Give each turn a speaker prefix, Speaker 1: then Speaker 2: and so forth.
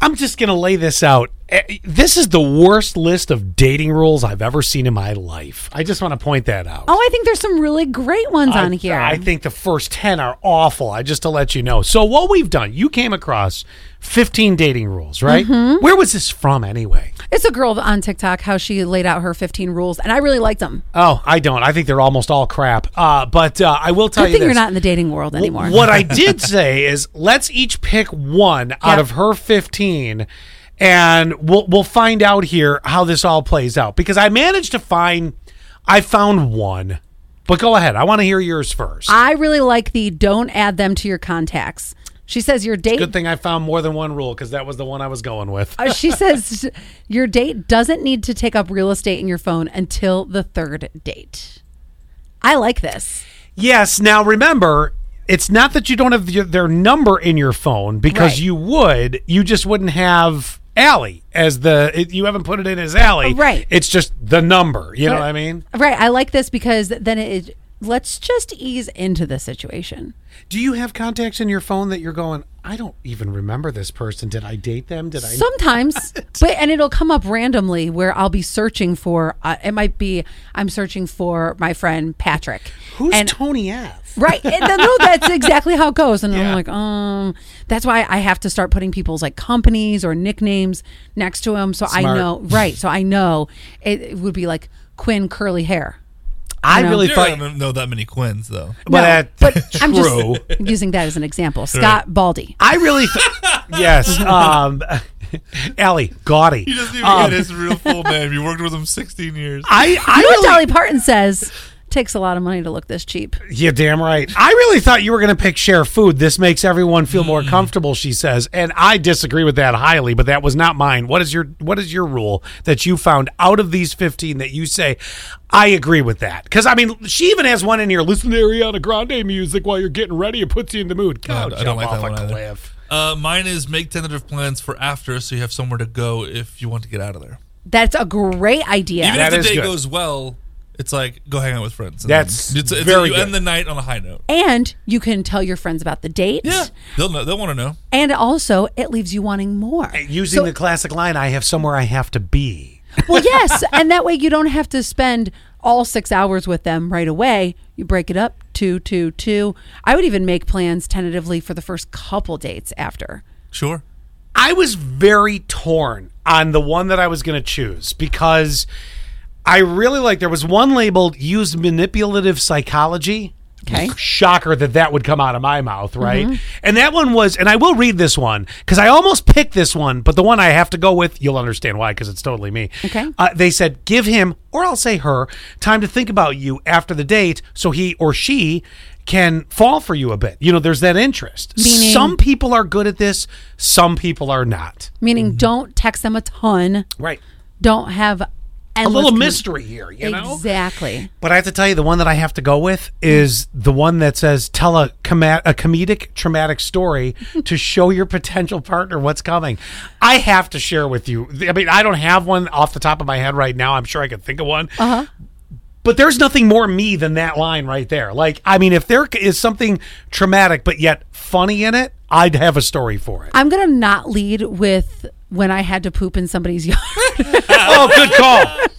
Speaker 1: I'm just going to lay this out. Eh, This is the worst list of dating rules I've ever seen in my life. I just want to point that out.
Speaker 2: Oh, I think there's some really great ones on
Speaker 1: I-
Speaker 2: here.
Speaker 1: I think the first 10 are awful. I just to let you know. So what we've done, you came across 15 dating rules, right?
Speaker 2: Mm-hmm.
Speaker 1: Where was this from anyway?
Speaker 2: it's a girl on TikTok how she laid out her 15 rules, and I really liked them.
Speaker 1: Oh, I don't. I think they're almost all crap. Uh, but uh, I will tell
Speaker 2: Good
Speaker 1: you
Speaker 2: thing
Speaker 1: this.
Speaker 2: you're not in the dating world anymore.
Speaker 1: What I did say is let's each pick one out of her 15 and we'll we'll find out here how this all plays out because I managed to find I found one. But go ahead. I want to hear yours first.
Speaker 2: I really like the don't add them to your contacts. She says your date.
Speaker 1: Good thing I found more than one rule because that was the one I was going with.
Speaker 2: uh, she says your date doesn't need to take up real estate in your phone until the third date. I like this.
Speaker 1: Yes. Now remember, it's not that you don't have your, their number in your phone because
Speaker 2: Right.
Speaker 1: you would. You just wouldn't have Allie as the. It, you haven't put it in as Allie.
Speaker 2: Right.
Speaker 1: It's just the number. You know
Speaker 2: But-
Speaker 1: what I mean?
Speaker 2: Right. I like this because then it let's just ease into the situation.
Speaker 1: Do you have contacts in your phone that you're going? I don't even remember this person. Did I date them? Did I?
Speaker 2: Sometimes, but and it'll come up randomly where I'll be searching for. Uh, it might be I'm searching for my friend Patrick.
Speaker 1: Who's
Speaker 2: and,
Speaker 1: Tony F?
Speaker 2: right? And then, no, that's exactly how it goes. And
Speaker 1: Yeah.
Speaker 2: I'm like, um, that's why I have to start putting people's like companies or nicknames next to them, so I
Speaker 1: Smart.
Speaker 2: know. Right, so I know it, it would be like Quinn curly hair.
Speaker 1: I
Speaker 2: No.
Speaker 1: really
Speaker 2: really
Speaker 3: There
Speaker 1: thought.
Speaker 3: don't know that many Quins though.
Speaker 1: But that-
Speaker 2: but I'm
Speaker 1: True.
Speaker 2: just using that as an example. Scott Baldy.
Speaker 1: I really. Th- yes. Um, Allie Gaudy. Um,
Speaker 3: He doesn't even get his real full name. You worked with him 16 years.
Speaker 1: I, I
Speaker 2: You know what
Speaker 1: really
Speaker 2: Dolly Parton says? Takes a lot of money to look this cheap.
Speaker 1: Yeah, damn right. I really thought you were going to pick share food. This makes everyone feel more comfortable, she says. And I disagree with that highly, but that was not mine. What is your what is your rule that you found out of these 15 that you say I agree with that? Cuz I mean, she even has one in here listen to Ariana Grande music while you're getting ready. It puts you in the mood. Go
Speaker 3: God, I
Speaker 1: jump
Speaker 3: don't like
Speaker 1: off
Speaker 3: that
Speaker 1: a
Speaker 3: one either.
Speaker 1: cliff.
Speaker 3: Uh, mine is make tentative plans for after, so you have somewhere to go if you want to get out of there.
Speaker 2: That's a great idea.
Speaker 3: Even
Speaker 1: That
Speaker 3: if
Speaker 1: is
Speaker 3: the day
Speaker 1: good.
Speaker 3: goes well, it's like go hang out with friends. and
Speaker 1: That's
Speaker 3: then- it's, it's
Speaker 1: very
Speaker 3: you
Speaker 1: good.
Speaker 3: end the night on a high note.
Speaker 2: and you can tell your friends about the date.
Speaker 3: Yeah, they'll know. They'll want to know.
Speaker 2: And also, it leaves you wanting more.
Speaker 1: Using the classic line, I have somewhere I have to be.
Speaker 2: well, yes. And that way, you don't have to spend all six hours with them right away. You break it up two, two, two. I would even make plans tentatively for the first couple dates after.
Speaker 3: Sure.
Speaker 1: I was very torn on the one that I was going to choose because I really like there was one labeled used manipulative psychology.
Speaker 2: Okay. Mm-hmm.
Speaker 1: Shocker that that would come out of my mouth, right? And that one was, and I will read this one because I almost picked this one, but the one I have to go with, you'll understand why because it's totally me.
Speaker 2: Okay.
Speaker 1: Uh, they said, give him, or I'll say her, time to think about you after the date so he or she can fall for you a bit. You know, there's that interest.
Speaker 2: Meaning-
Speaker 1: Some people are good at this, some people are not.
Speaker 2: Meaning, don't text them a ton.
Speaker 1: Right.
Speaker 2: Don't have
Speaker 1: A
Speaker 2: endless
Speaker 1: little
Speaker 2: commu-
Speaker 1: mystery here, you know?
Speaker 2: Exactly.
Speaker 1: But I have to tell you, the one that I have to go with is the one that says tell a, com- a comedic, traumatic story to show your potential partner what's coming. I have to share with you. I mean, I don't have one off the top of my head right now. I'm sure I could think of one. Uh huh. But there's nothing more me than that line right there. Like, I mean, if there is something traumatic but yet funny in it, I'd have a story for it.
Speaker 2: I'm going to not lead with when I had to poop in somebody's yard.
Speaker 1: oh, good call.